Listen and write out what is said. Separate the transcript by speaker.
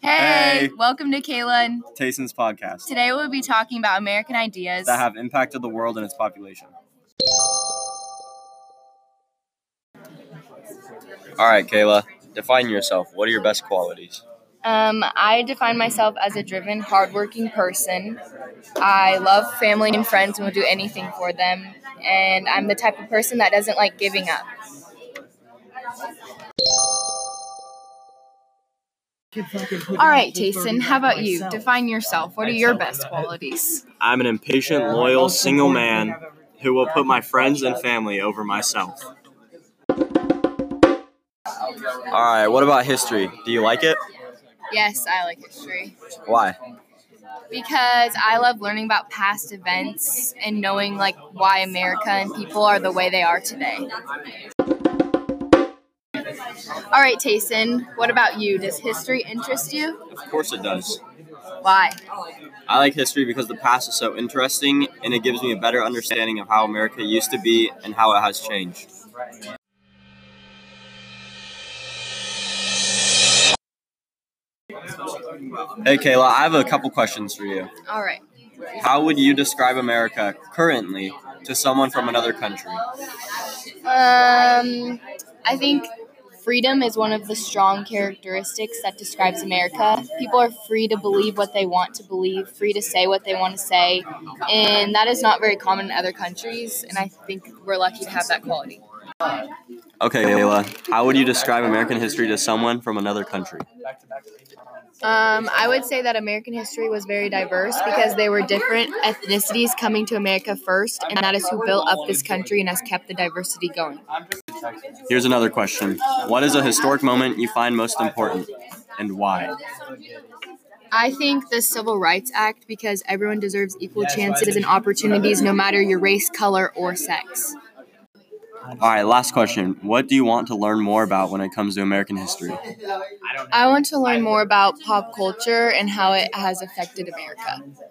Speaker 1: Hey.
Speaker 2: Welcome to Kayla and
Speaker 1: Tayson's podcast
Speaker 2: today we'll be talking about American ideas.
Speaker 1: that have impacted the world and its population. All right, Kayla, define yourself. What are your best qualities?
Speaker 2: Um, I define myself as a driven, hardworking person. I love family and friends and will do anything for them. And I'm the type of person that doesn't like giving up. All right, Tayson, how about you? Define yourself. What are your best qualities?
Speaker 1: I'm an impatient, loyal, single man who will put my friends and family over myself. All right, what about history? Do you like it?
Speaker 2: Yes, I like history
Speaker 1: Why?
Speaker 2: because I love learning about past events and knowing like why America and people are the way they are today. All right, Tayson, what about you? Does history interest you?
Speaker 1: Of course it does.
Speaker 2: Why?
Speaker 1: I like history because the past is so interesting and it gives me a better understanding of how America used to be and how it has changed. Hey Kayla, I have a couple questions for you.
Speaker 2: All right.
Speaker 1: How would you describe America currently to someone from another country?
Speaker 2: Um, I think freedom is one of the strong characteristics that describes America. People are free to believe what they want to believe, free to say what they want to say, and that is not very common in other countries, and I think we're lucky to have that quality.
Speaker 1: Okay, Kayla, how would you describe American history to someone from another country?
Speaker 2: Um, I would say that American history was very diverse because there were different ethnicities coming to America first, and that is who built up this country and has kept the diversity going.
Speaker 1: Here's another question What is a historic moment you find most important and why?
Speaker 2: I think the Civil Rights Act because everyone deserves equal chances and opportunities no matter your race, color, or sex.
Speaker 1: All right, last question. What do you want to learn more about when it comes to American history?
Speaker 2: I want to learn more about pop culture and how it has affected America.